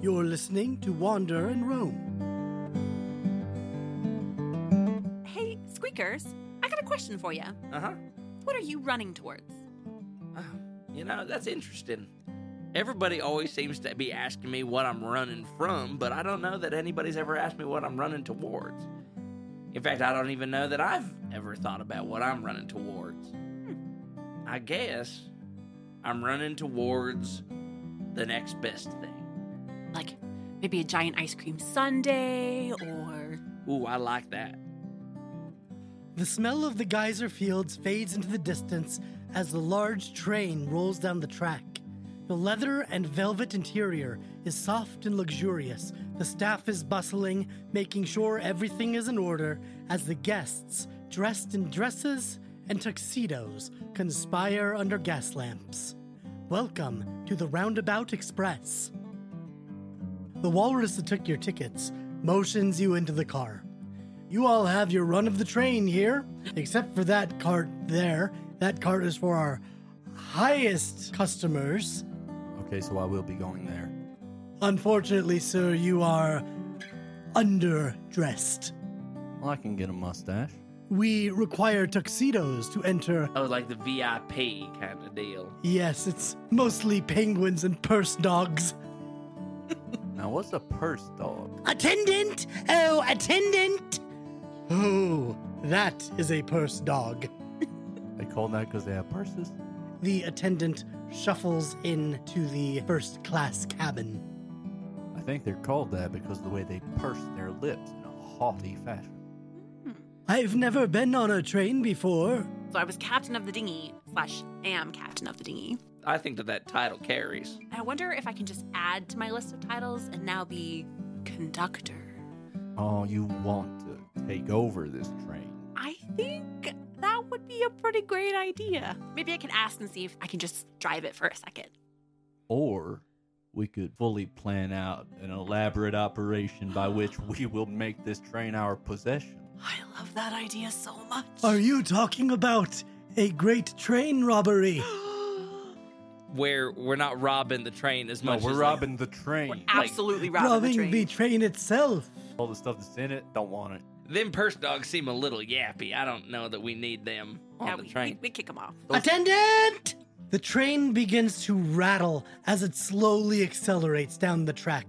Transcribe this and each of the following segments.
You're listening to Wander and Roam. Hey, Squeakers, I got a question for you. Uh huh. What are you running towards? Uh-huh. You know, that's interesting. Everybody always seems to be asking me what I'm running from, but I don't know that anybody's ever asked me what I'm running towards. In fact, I don't even know that I've ever thought about what I'm running towards. I guess I'm running towards the next best thing. Like maybe a giant ice cream sundae or. Ooh, I like that. The smell of the geyser fields fades into the distance as the large train rolls down the track. The leather and velvet interior is soft and luxurious. The staff is bustling, making sure everything is in order as the guests, dressed in dresses and tuxedos, conspire under gas lamps. Welcome to the Roundabout Express. The walrus that took your tickets motions you into the car. You all have your run of the train here, except for that cart there. That cart is for our highest customers. Okay, so I will be going there. Unfortunately, sir, you are underdressed. Well, I can get a mustache. We require tuxedos to enter. Oh, like the VIP kind of deal. Yes, it's mostly penguins and purse dogs. Now, what's a purse dog? Attendant! Oh, attendant! Oh, that is a purse dog. They call that because they have purses? The attendant shuffles into the first class cabin. I think they're called that because of the way they purse their lips in a haughty fashion. I've never been on a train before. So I was captain of the dinghy, slash, am captain of the dinghy. I think that that title carries. I wonder if I can just add to my list of titles and now be conductor. Oh, you want to take over this train. I think that would be a pretty great idea. Maybe I can ask and see if I can just drive it for a second. Or we could fully plan out an elaborate operation by which we will make this train our possession. I love that idea so much. Are you talking about a great train robbery? Where we're not robbing the train as No, much. we're as, like, robbing the train. Absolutely robbing, Robbing the train. itself. All the stuff that's in it, don't want it. them purse dogs seem a little yappy. I don't know that we need them on Yeah, the we, train. We, we kick them off. Attendant! The train begins to rattle as it slowly accelerates down the track.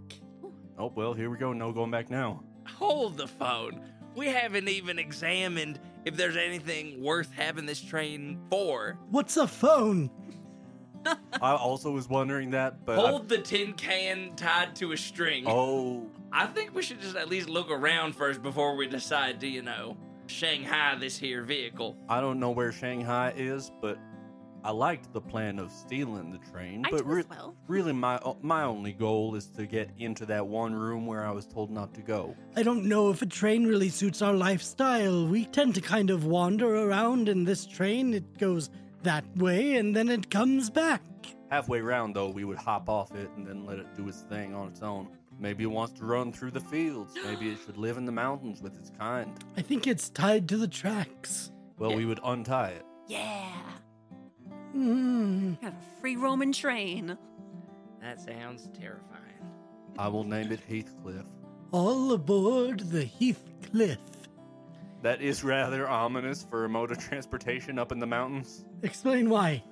Oh, well, here we go. No going back now. Hold the phone. We haven't even examined if there's anything worth having this train for. What's a phone? I also was wondering that, but. Uh, I- Hold the tin can tied to a string. oh, I think we should just at least look around first before we decide to, you know, Shanghai this here vehicle. I don't know where Shanghai is, but I liked the plan of stealing the train. I but do re- as well. really, my my only goal is to get into that one room where I was told not to go. I don't know if a train really suits our lifestyle. We tend to kind of wander around in this train. It goes that way and then it comes back. Halfway round, though, we would hop off it and then let it do its thing on its own. Maybe it wants to run through the fields. Maybe it should live in the mountains with its kind. I think it's tied to the tracks. Well, we would untie it. Yeah. Hmm. Kind of a free Roman train. That sounds terrifying. I will name it Heathcliff. All aboard the Heathcliff. That is rather ominous for a mode of transportation up in the mountains. Explain why.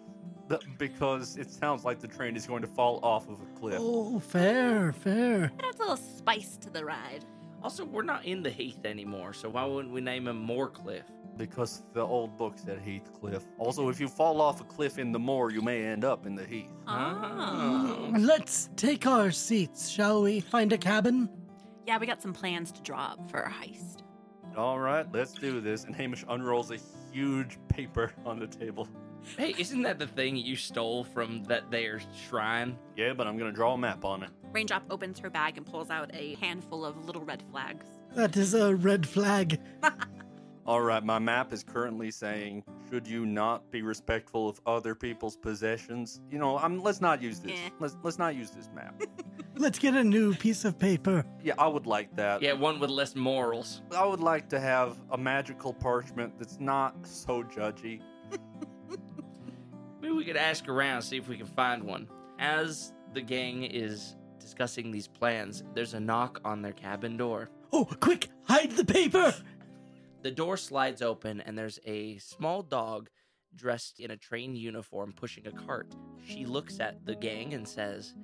Th- Because it sounds like the train is going to fall off of a cliff. Oh, fair, fair. It adds a little spice to the ride. Also, we're not in the Heath anymore, so why wouldn't we name him Moorcliff? Because the old book said Heathcliff. Also, if you fall off a cliff in the moor, you may end up in the heath. Oh. Ah. Let's take our seats, shall we? Find a cabin? Yeah, we got some plans to draw up for our heist. All right, let's do this. And Hamish unrolls a huge paper on the table. Hey, isn't that the thing you stole from that there shrine? Yeah, but I'm gonna draw a map on it. Raindrop opens her bag and pulls out a handful of little red flags. That is a red flag. All right, my map is currently saying, should you not be respectful of other people's possessions? You know, I'm, let's not use this. Eh. Let's let's not use this map. Let's get a new piece of paper. yeah, I would like that. Yeah, one with less morals. I would like to have a magical parchment that's not so judgy. Maybe we could ask around, see if we can find one. As the gang is discussing these plans, there's a knock on their cabin door. Oh, quick, hide the paper! The door slides open, and there's a small dog dressed in a train uniform pushing a cart. She looks at the gang and says,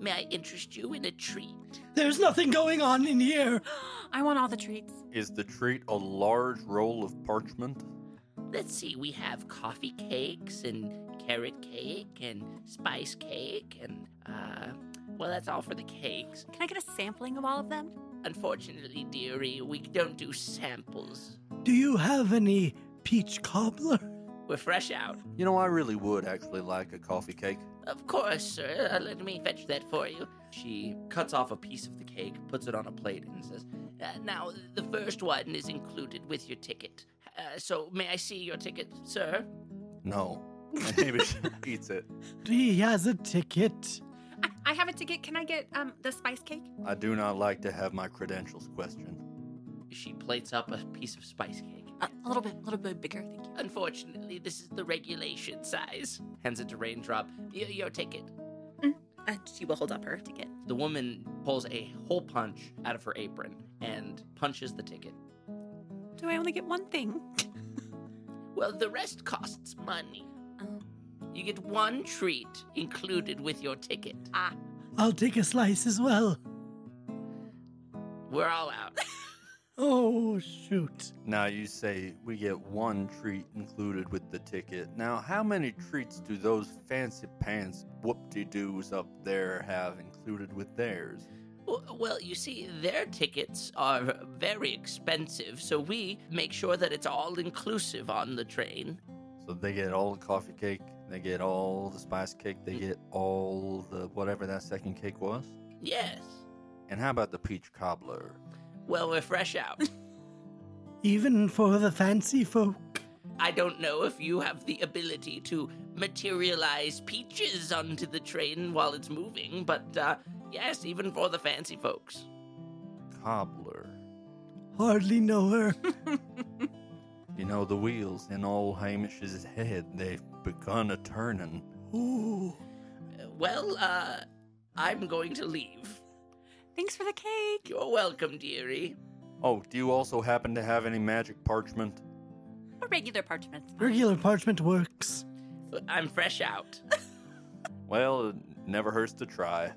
May I interest you in a treat? There's nothing going on in here. I want all the treats. Is the treat a large roll of parchment? Let's see, we have coffee cakes and carrot cake and spice cake, and, uh, well, that's all for the cakes. Can I get a sampling of all of them? Unfortunately, dearie, we don't do samples. Do you have any peach cobbler? We're fresh out. You know, I really would actually like a coffee cake. Of course, sir. Uh, let me fetch that for you. She cuts off a piece of the cake, puts it on a plate, and says, uh, Now, the first one is included with your ticket. Uh, so, may I see your ticket, sir? No. Maybe she eats it. He has a ticket. I, I have a ticket. Can I get um the spice cake? I do not like to have my credentials questioned. She plates up a piece of spice cake. A, a little bit, a little bit bigger. Thank you. Unfortunately, this is the regulation size. Hands it to Raindrop. Y- your ticket. Uh, she will hold up her ticket. The woman pulls a hole punch out of her apron and punches the ticket. Do I only get one thing? Well, the rest costs money. Oh. You get one treat included with your ticket. Ah, I'll take a slice as well. We're all out. Oh, shoot. Now you say we get one treat included with the ticket. Now, how many treats do those fancy pants whoop-de-doos up there have included with theirs? W- Well, you see, their tickets are very expensive, so we make sure that it's all inclusive on the train. So they get all the coffee cake, they get all the spice cake, they get all the whatever that second cake was. Yes. And how about the peach cobbler? Well, we're fresh out. Even for the fancy folk. I don't know if you have the ability to materialize peaches onto the train while it's moving, but uh, yes, even for the fancy folks. Cobbler. Hardly know her. You know, the wheels in old Hamish's head, they've begun a turning. Ooh. Uh, Well, uh, I'm going to leave. thanks for the cake. You're welcome, dearie. Oh, do you also happen to have any magic parchment? A regular parchment. Regular parchment works. I'm fresh out. Well, it never hurts to try.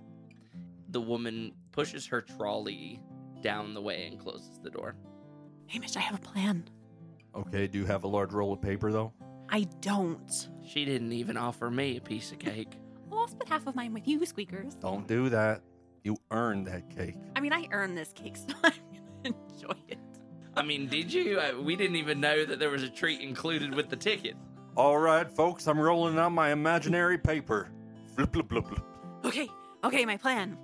the woman pushes her trolley down the way and closes the door. Hamish, I have a plan. Okay, do you have a large roll of paper though? I don't. She didn't even offer me a piece of cake. Well, I'll split half of mine with you, Squeakers. Don't do that. You earned that cake. I mean, I earned this cake, so I'm gonna enjoy it. I mean, did you? Uh, We didn't even know that there was a treat included with the ticket. All right, folks, I'm rolling out my imaginary paper. Flip, flip, flip, flip. Okay, okay, my plan.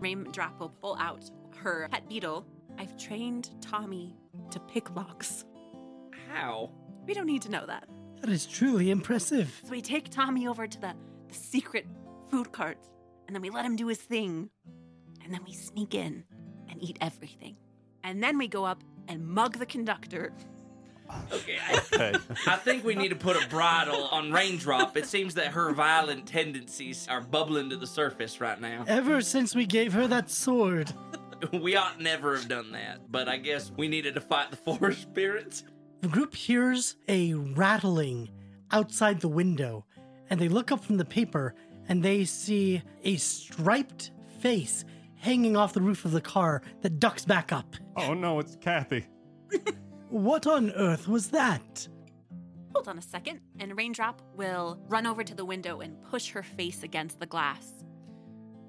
Raindrop will pull out her pet beetle. I've trained Tommy to pick locks. How? We don't need to know that. That is truly impressive. So we take Tommy over to the, the secret food cart, and then we let him do his thing, and then we sneak in and eat everything. And then we go up and mug the conductor. Okay, I, Okay. I think we need to put a bridle on Raindrop. It seems that her violent tendencies are bubbling to the surface right now. Ever since we gave her that sword, We ought never have done that, but I guess we needed to fight the forest spirits. the group hears a rattling outside the window, and they look up from the paper and they see a striped face hanging off the roof of the car that ducks back up. oh no, it's Kathy. What on earth was that? Hold on a second, and Raindrop will run over to the window and push her face against the glass.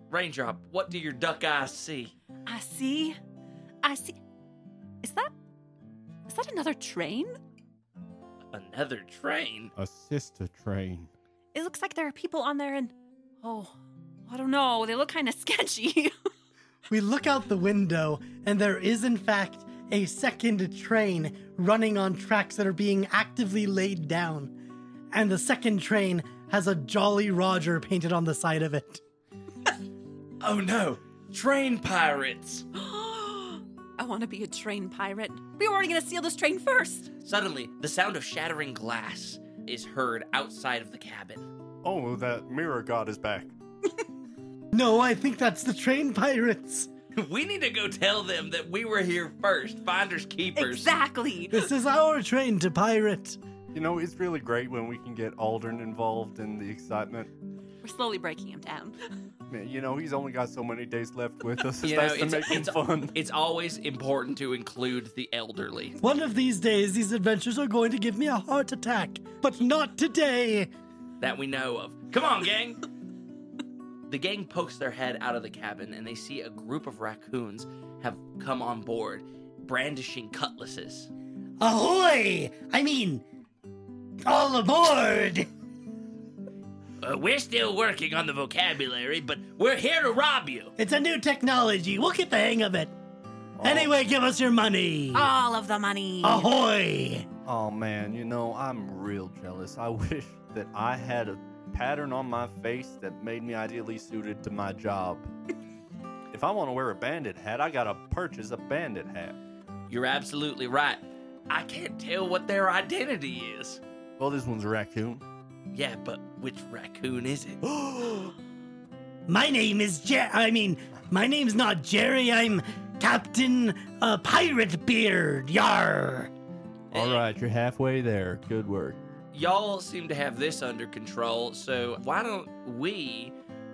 Raindrop, what do your duck eyes see? I see. I see. Is that. Is that another train? Another train? A sister train. It looks like there are people on there and. Oh, I don't know. They look kind of sketchy. We look out the window, and there is, in fact, a second train running on tracks that are being actively laid down. And the second train has a Jolly Roger painted on the side of it. Oh no, train pirates! I want to be a train pirate. We were already going to steal this train first. Suddenly, the sound of shattering glass is heard outside of the cabin. Oh, that mirror god is back. No, I think that's the train pirates. we need to go tell them that we were here first. Finders keepers. Exactly. This is our train to pirate. You know, it's really great when we can get Aldrin involved in the excitement. We're slowly breaking him down. Man, you know, he's only got so many days left with us. It's You nice know, to it's- make it's- him fun. It's always important to include the elderly. One of these days, these adventures are going to give me a heart attack, but not today. that we know of. Come on, gang! the gang pokes their head out of the cabin and they see a group of raccoons have come on board, brandishing cutlasses. Ahoy! I mean, all aboard! Uh, we're still working on the vocabulary, but we're here to rob you. It's a new technology. We'll get the hang of it. Anyway, give us your money. All of the money. Ahoy! Oh man, you know, I'm real jealous. I wish that I had a pattern on my face that made me ideally suited to my job. if I want to wear a bandit hat, I gotta purchase a bandit hat. You're absolutely right. I can't tell what their identity is. Well, this one's a raccoon. Yeah, but which raccoon is it? My name is Jer. I mean, my name's not Jerry. I'm Captain uh, Pirate Beard. Yar. All right, you're halfway there. Good work. y'all seem to have this under control, so why don't we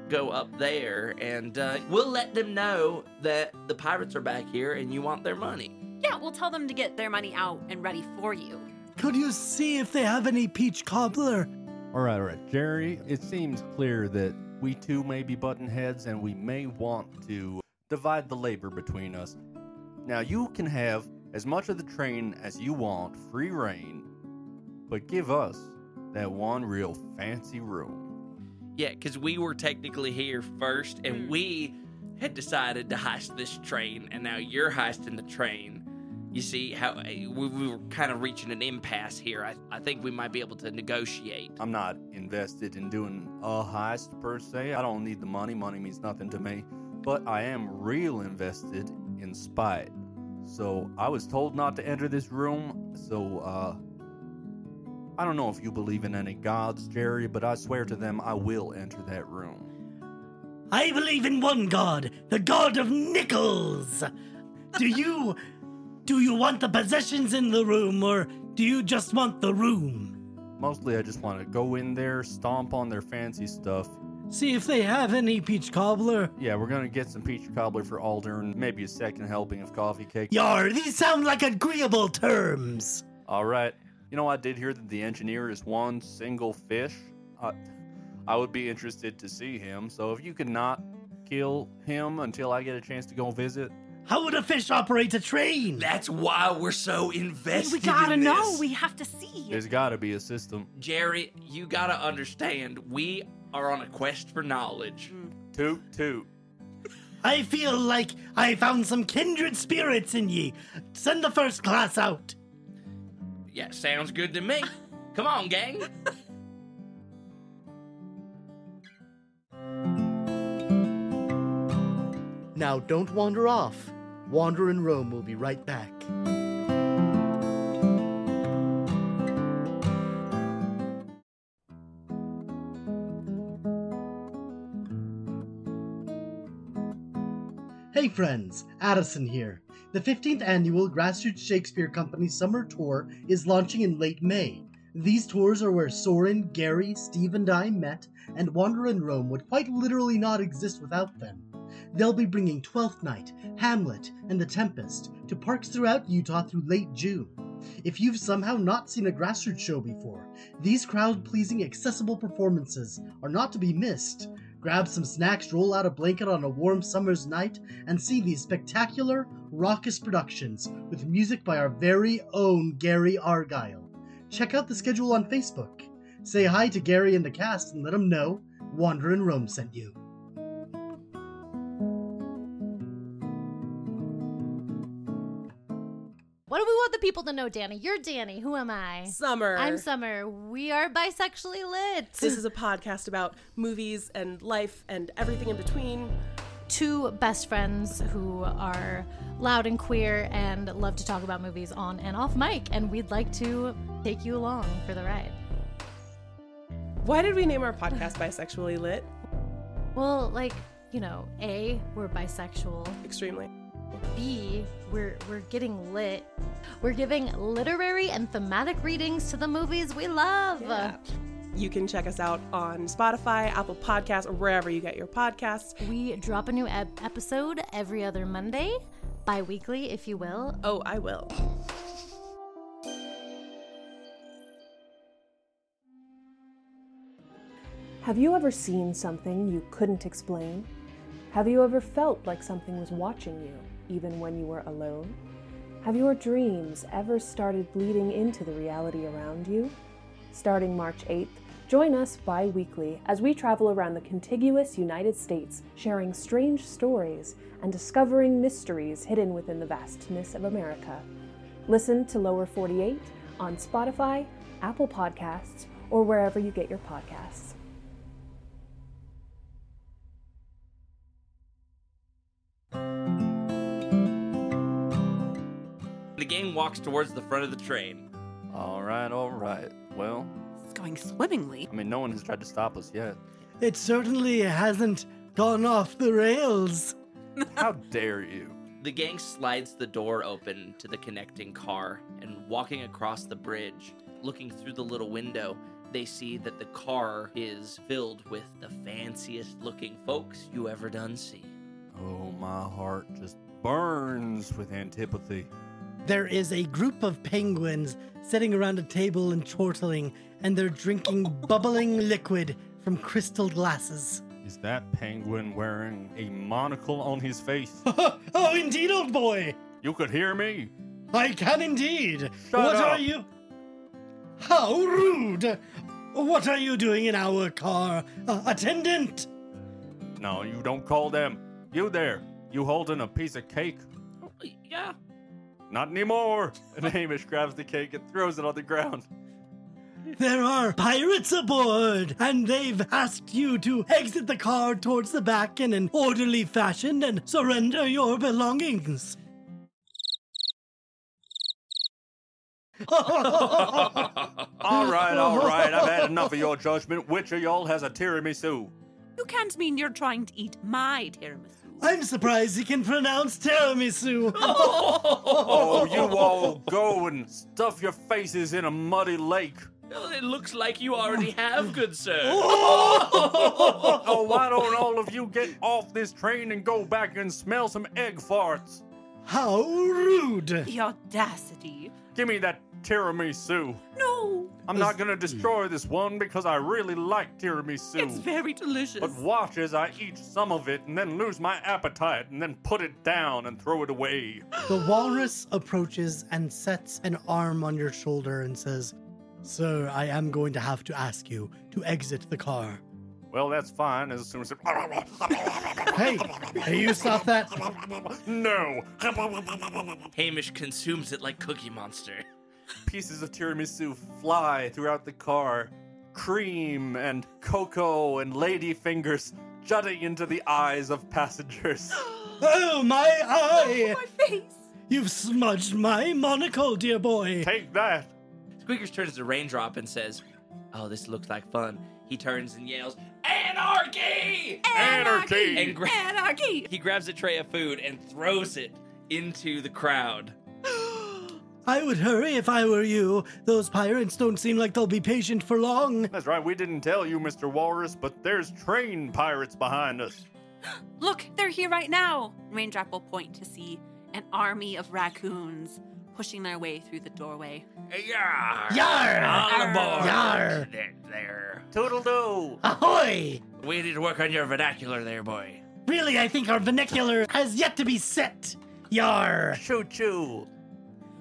go up there and uh, we'll let them know that the pirates are back here and you want their money. Yeah, we'll tell them to get their money out and ready for you. Could you see if they have any peach cobbler? All right, all right, Jerry. It seems clear that we two may be button heads, and we may want to divide the labor between us. Now, you can have as much of the train as you want, free reign, but give us that one real fancy room. Yeah, because we were technically here first and we had decided to heist this train, and now you're heisting the train. You see how uh, we, we were kind of reaching an impasse here. I, I think we might be able to negotiate. I'm not invested in doing a heist per se. I don't need the money. Money means nothing to me. But I am real invested in spite. So I was told not to enter this room. So, uh, I don't know if you believe in any gods, Jerry, but I swear to them I will enter that room. I believe in one god, the god of nickels. Do you do you want the possessions in the room or do you just want the room? Mostly I just want to go in there, stomp on their fancy stuff. See if they have any peach cobbler. Yeah, we're going to get some peach cobbler for Aldern, maybe a second helping of coffee cake. Yar, these sound like agreeable terms. All right. You know, I did hear that the engineer is one single fish. I, I would be interested to see him. So if you could not kill him until I get a chance to go visit, How would a fish operate a train? That's why we're so invested. We gotta in know. this. We have to see. there's got to be a system. Jerry, you gotta understand, we are on a quest for knowledge. Toot toot. I feel like I found some kindred spirits in ye. Send the first class out. Yeah, sounds good to me. Come on, gang. Now don't wander off. Wander in Rome will be right back. Hey friends, Addison here. The 15th annual Grassroots Shakespeare Company Summer Tour is launching in late May. These tours are where Soren, Gary, Steve, and I met, and Wander in Rome would quite literally not exist without them. They'll be bringing Twelfth Night, Hamlet, and The Tempest to parks throughout Utah through late June. If you've somehow not seen a grassroots show before, these crowd pleasing, accessible performances are not to be missed. Grab some snacks, roll out a blanket on a warm summer's night, and see these spectacular, raucous productions with music by our very own Gary Argyle. Check out the schedule on Facebook. Say hi to Gary and the cast and let them know Wander in Rome sent you. What do we want the people to know, Danny? You're Danny. Who am I? Summer. I'm Summer. We are bisexually lit. This is a podcast about movies and life and everything in between. two best friends who are loud and queer and love to talk about movies on and off mic, and we'd like to take you along for the ride. Why did we name our podcast Bisexually Lit? Well, like you know, A, we're bisexual, Extremely. B, we're we're getting lit. We're giving literary and thematic readings to the movies we love. You can check us out on Spotify, Apple Podcasts, or wherever you get your podcasts. We drop a new ep- episode every other Monday, bi-weekly if you will. Oh, I will. Have you ever seen something you couldn't explain? Have you ever felt like something was watching you, even when you were alone? Have your dreams ever started bleeding into the reality around you? Starting March 8th, join us bi weekly as we travel around the contiguous United States, sharing strange stories and discovering mysteries hidden within the vastness of America. Listen to Lower 48 on Spotify, Apple Podcasts, or wherever you get your podcasts. The gang walks towards the front of the train. All right, all right. Well, It's going swimmingly. I mean, no one has tried to stop us yet. It certainly hasn't gone off the rails. How dare you? The gang slides the door open to the connecting car, and walking across the bridge, looking through the little window, they see that the car is filled with the fanciest looking folks you ever done see. Oh, my heart just burns with antipathy. There is a group of penguins sitting around a table and chortling, and they're drinking bubbling liquid from crystal glasses. Is that penguin wearing a monocle on his face? oh, indeed, old boy! you could hear me. I can indeed! Shut what up. are you? How rude! What are you doing in our car, uh, attendant? No, you don't call them. You there. You holding a piece of cake. Yeah, Not anymore. And Hamish grabs the cake and throws it on the ground. There are pirates aboard, and they've asked you to exit the car towards the back in an orderly fashion and surrender your belongings. All right, all right. I've had enough of your judgment. Which of y'all has a tiramisu? You can't mean you're trying to eat my tiramisu. I'm surprised he can pronounce tiramisu. Oh, you all go and stuff your faces in a muddy lake. Well, it looks like you already have, good sir. Oh, why don't all of you get off this train and go back and smell some egg farts? How rude! the audacity. Give me that tiramisu. No, I'm not gonna destroy this one because I really like tiramisu. it's very delicious. But watch as I eat some of it and then lose my appetite and then put it down and throw it away. The walrus approaches and sets an arm on your shoulder and says, Sir, I am going to have to ask you to exit the car. Well, that's fine as soon as it. Hey, hey, you stop that. No! Hamish consumes it like Cookie Monster. Pieces of tiramisu fly throughout the car. Cream and cocoa and lady fingers jutting into the eyes of passengers. Oh, my eye! my face. You've smudged my monocle, dear boy. Take that! Squeakers turns to Raindrop and says, Oh, this looks like fun. He turns and yells, Anarchy! Anarchy! And gra- Anarchy. he grabs a tray of food and throws it into the crowd. I would hurry if I were you. Those pirates don't seem like they'll be patient for long. That's right, we didn't tell you, Mr. Walrus, but there's train pirates behind us. Look, they're here right now. Raindrop will point to see an army of raccoons pushing their way through the doorway. Yar! Yar! All aboard! Yar! There, there. Toodle-doo! Ahoy! We need to work on your vernacular there, boy. Really, I think our vernacular has yet to be set. Yar! Choo-choo!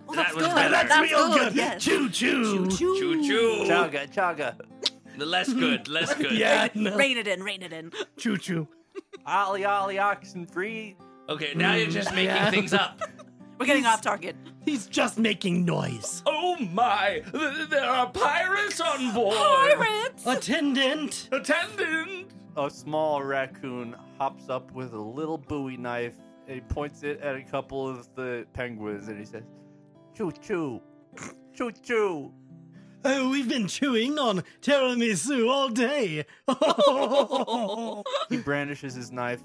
Well, That that's was good. better. That's, That's real good. good, yes. Choo choo. Choo-choo. Choo choo! Chaga, chaga. Less good, less good. Yeah, no. Rain it in. Rain it in. choo choo. Ollie, ollie, oxen free. Okay, now you're just making Yeah. things up. We're getting off target. He's just making noise. Oh my! th- There are pirates on board! Pirates. Attendant. Attendant! a small raccoon hops up with a little Bowie knife and he points it at a couple of the penguins and he says, "Choo choo, choo choo." Oh, we've been chewing on tiramisu all day. He brandishes his knife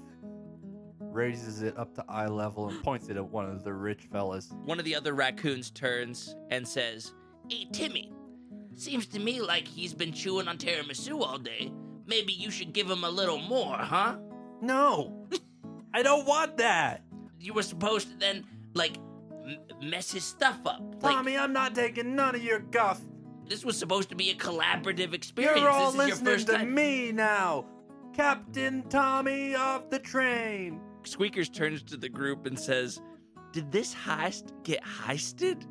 raises it up to eye level, and points it at one of the rich fellas. One of the other raccoons turns and says, Hey, Timmy, seems to me like he's been chewing on tiramisu all day. Maybe you should give him a little more, huh? No, I don't want that, You were supposed to then, like, m- mess his stuff up. Like, Tommy. I'm not taking none of your guff. this was supposed to be a collaborative experience. You're this all is your listening first to time. me now, Captain Tommy of the train. Squeakers turns to the group and says, Did this heist get heisted?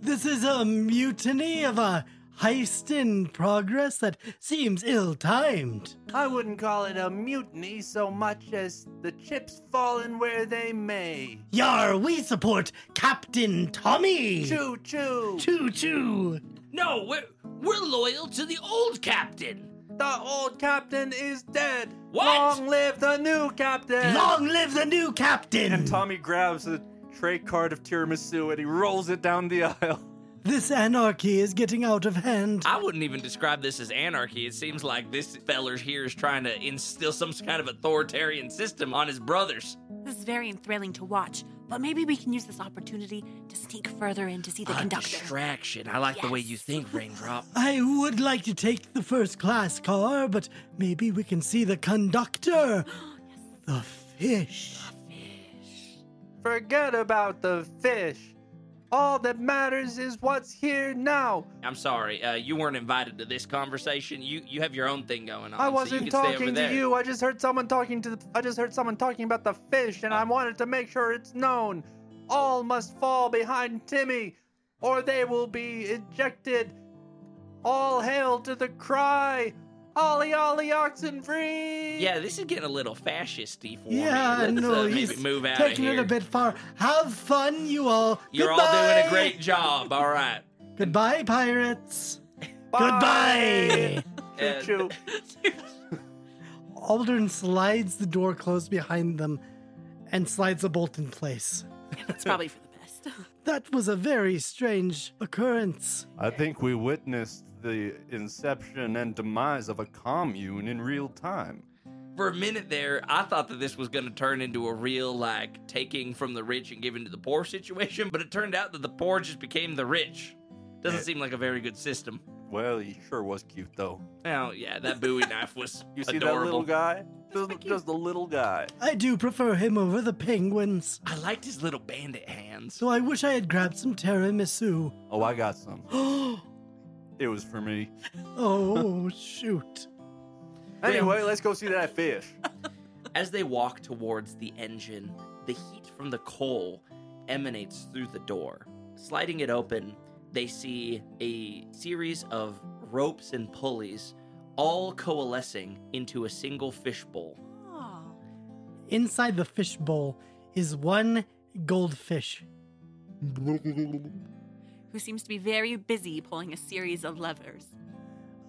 This is a mutiny of a heist in progress that seems ill timed. I wouldn't call it a mutiny so much as the chips falling where they may. Yar, we support Captain Tommy! Choo choo. Choo choo! No, we're, we're loyal to the old captain. The old captain is dead. What? Long live the new captain. Long live the new captain! Eh. And Tommy grabs the tray card of tiramisu and he rolls it down the aisle. This anarchy is getting out of hand. I wouldn't even describe this as anarchy. It seems like this feller here is trying to instill some kind of authoritarian system on his brothers. This is very enthralling to watch, but maybe we can use this opportunity to sneak further in to see the A conductor. distraction. I like the way Yes. you think, Raindrop. I would like to take the first class car, but maybe we can see the conductor. The fish. Forget about the fish. All that matters is what's here now. I'm sorry, uh, you weren't invited to this conversation. You you have your own thing going on. I so you wasn't can stay over talking to there. you. I just heard someone talking to. The, I just heard someone talking about the fish, Oh. and I wanted to make sure it's known. All must fall behind Timmy, or they will be ejected. All hail to the cry, "Ollie, Ollie, oxen free!" Yeah, this is getting a little fascisty for yeah, me. Let's, no, uh, he's maybe move out taking of here. it a bit far. Have fun, you all. You're Goodbye. all doing a great job. All right. Goodbye, pirates. Bye. Goodbye. Uh, Choo-choo. Aldern slides the door closed behind them and slides the bolt in place. It's probably for the best. That was a very strange occurrence. I think we witnessed the inception and demise of a commune in real time. for a minute there, I thought that this was going to turn into a real, like, taking from the rich and giving to the poor situation, but it turned out that the poor just became the rich. Doesn't seem like a very good system. Well, he sure was cute, though. Oh, yeah, that Bowie knife was You see adorable. that little guy? Just, just the little guy. I do prefer him over the penguins, I liked his little bandit hands. so I wish I had grabbed some tiramisu. Oh, I got some. It was for me. Oh, shoot. Anyway, let's go see that fish. As they walk towards the engine, the heat from the coal emanates through the door. Sliding it open, they see a series of ropes and pulleys all coalescing into a single fishbowl. Oh, Inside the fishbowl is one goldfish. who seems to be very busy pulling a series of levers.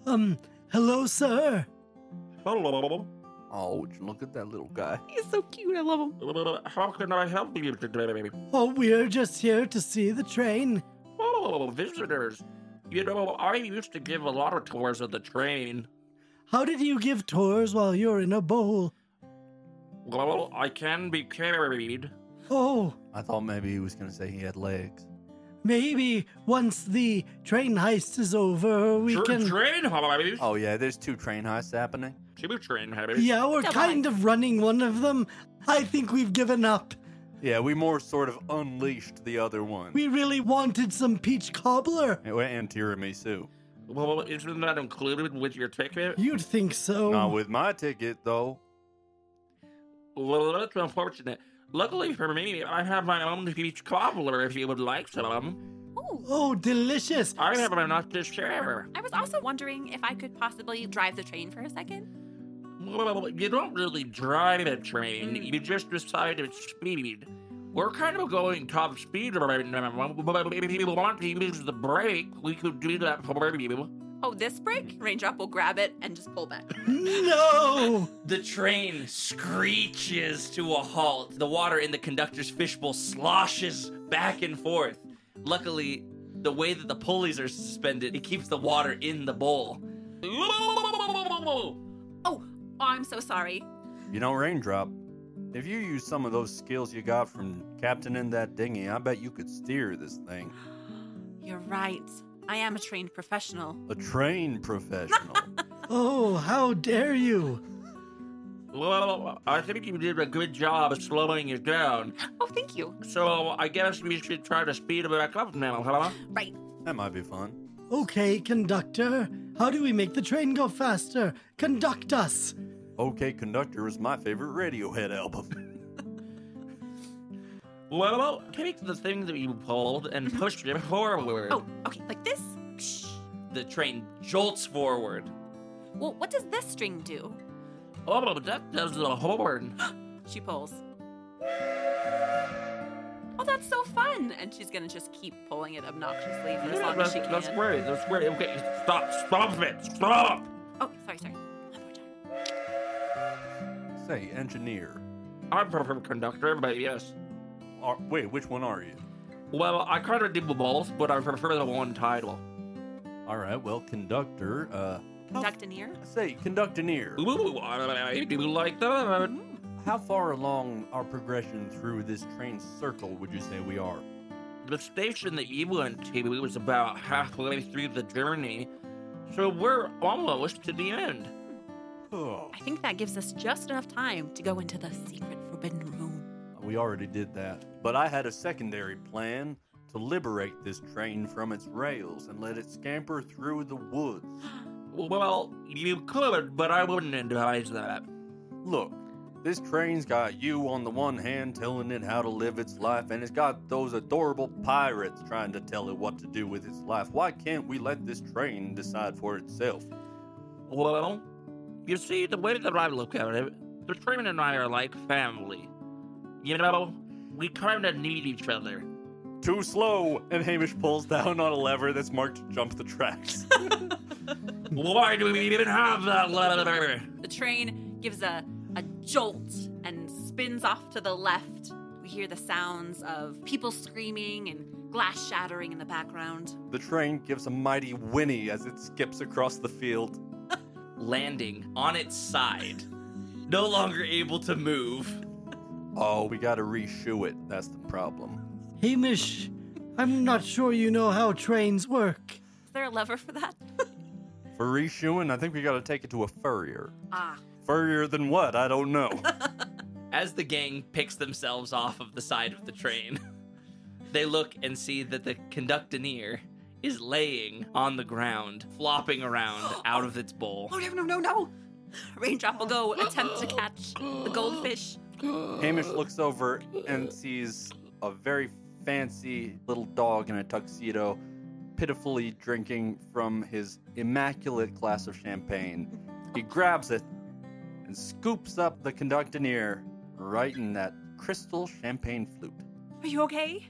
Um, hello, sir. Oh, would you look at that little guy? He's so cute. I love him. How can I help you today? Oh, we're just here to see the train. Oh, visitors. You know, I used to give a lot of tours of the train. How did you give tours while you're in a bowl? Well, I can be carried. Oh, I thought maybe he was gonna say he had legs. maybe once the train heist is over, we Tr- can. Train hobbies. Oh yeah, there's two train heists happening. Two train hobbies. yeah, we're Come kind of running one of them. I think we've given up. Yeah, we more sort of unleashed the other one. We really wanted some peach cobbler. and and tiramisu. Well, isn't that included with your ticket? You'd think so. Not with my ticket though. Well, that's unfortunate. Luckily for me, I have my own peach cobbler if you would like some. Oh, oh, delicious. I have enough to share. I was also wondering if I could possibly drive the train for a second. Well, you don't really drive a train, you just decide its speed. We're kind of going top speed right now, but if you want to use the brake, we could do that for you. Oh, this break? Raindrop will grab it and just pull back. No! The train screeches to a halt. The water in the conductor's fishbowl sloshes back and forth. Luckily, the way that the pulleys are suspended, it keeps the water in the bowl. Oh, I'm so sorry. You know, raindrop. If you use some of those skills you got from captaining that dinghy, I bet you could steer this thing. You're right. I am a trained professional. A trained professional. Oh, how dare you! Well, I think you did a good job of slowing it down. Oh, thank you. So I guess we should try to speed it back up now, huh? Right. that might be fun. Okay, conductor, how do we make the train go faster? Conduct us! OK Conductor was my favorite Radiohead album. Well, take the thing that you pulled and push it forward. Oh, okay, like this? Psh. The train jolts forward. Well, what does this string do? Oh, that does the horn. She pulls. Oh, that's so fun! And she's gonna just keep pulling it obnoxiously for as long as that's, she that's can. great. That's great. Okay, stop. Stop it. Stop. Oh, sorry, sorry. One more time. Say, engineer. I'm from conductor, but yes. Are, wait, which one are you? Well, I kind of did both, but I prefer the one title. All right, well, conductor. Uh, how- Ducked an ear. say, conductor. Ooh, I do like that. How far along our progression through this train circle would you say we are? The station that you went to was about halfway through the journey, so we're almost to the end. Oh, I think that gives us just enough time to go into the secret forbidden room. we already did that. But I had a secondary plan to liberate this train from its rails and let it scamper through the woods. Well, you could, but I wouldn't advise that. Look, this train's got you on the one hand telling it how to live its life, and it's got those adorable pirates trying to tell it what to do with its life. Why can't we let this train decide for itself? Well, you see, the way that I look at it, the train and I are like family. You know, we kind of need each other. Too slow! And Hamish pulls down on a lever that's marked jump the tracks. Why do we even have that letter? The train gives a, a jolt and spins off to the left. We hear the sounds of people screaming and glass shattering in the background. the train gives a mighty whinny as it skips across the field. Landing on its side. No longer able to move. Oh, we gotta reshoe it. That's the problem. Hamish, I'm not sure you know how trains work. Is there a lever for that? For reshoeing, I think we gotta take it to a furrier. ah, Furrier than what? I don't know. As the gang picks themselves off of the side of the train, they look and see that the conductineer is laying on the ground, flopping around out of its bowl. Oh no no no no! Raindrop will go attempt to catch the goldfish. Hamish looks over and sees a very fancy little dog in a tuxedo pitifully drinking from his immaculate glass of champagne. He grabs it and scoops up the conductineer right in that crystal champagne flute. Are you okay?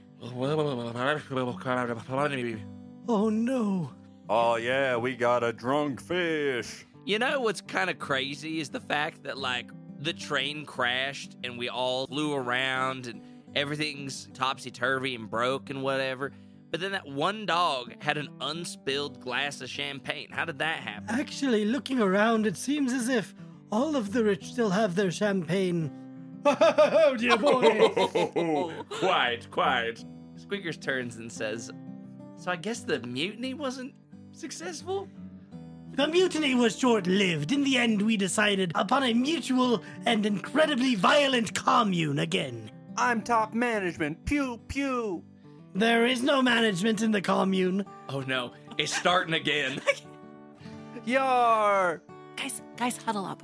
Oh no. Oh, yeah, we got a drunk fish. You know what's kind of crazy is the fact that like the train crashed and we all flew around and everything's topsy turvy and broke and whatever. But then that one dog had an unspilled glass of champagne. How did that happen? Actually, looking around, it seems as if all of the rich still have their champagne. Oh, dear boy! quiet, quiet. Squeakers turns and says, "So I guess the mutiny wasn't successful." the mutiny was short lived. In the end, we decided upon a mutual and incredibly violent commune again. I'm top management. Pew, pew. There is no management in the commune. Oh no, it's starting again. Yar. Guys, guys, huddle up.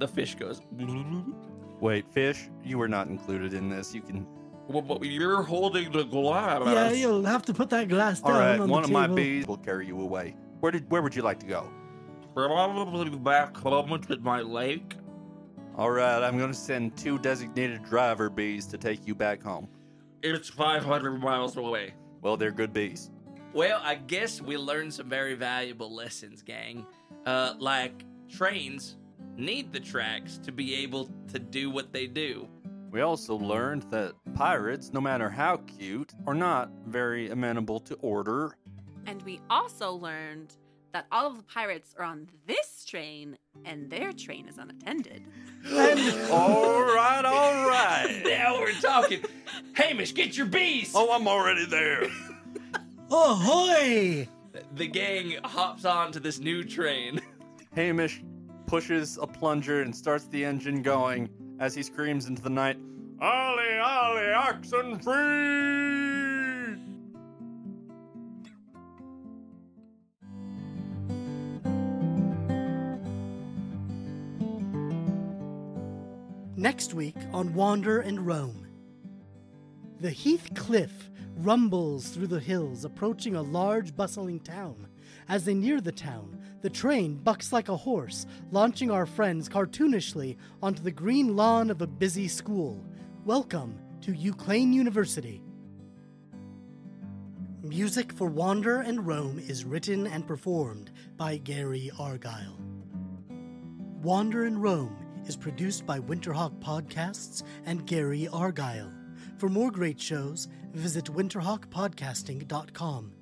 the fish goes. Wait, fish, you were not included in this. You can. Well, but you're holding the glass. Yeah, you'll have to put that glass down All right, on one the of table. my bees will carry you away. Where did? Where would you like to go? Probably back home to my lake. All right, I'm going to send two designated driver bees to take you back home. It's 500 miles away. Well, they're good bees. Well, I guess we learned some very valuable lessons, gang. Uh, like trains need the tracks to be able to do what they do. We also learned that pirates, no matter how cute, are not very amenable to order. And we also learned that all of the pirates are on this train and their train is unattended. all right, all right. Now we're talking. Hamish, get your bees. Oh, I'm already there. Ahoy! The gang hops onto this new train. Hamish pushes a plunger and starts the engine going as he screams into the night, Ollie, Ollie, oxen free! Next week on Wander and Roam. The Heath Cliff rumbles through the hills, approaching a large, bustling town. As they near the town, the train bucks like a horse, launching our friends cartoonishly onto the green lawn of a busy school. Welcome to Uclain University. Music for Wander and Roam is written and performed by Gary Argyle. Wander and Roam is produced by Winterhawk Podcasts and Gary Argyle. For more great shows, visit winterhawkpodcasting.com.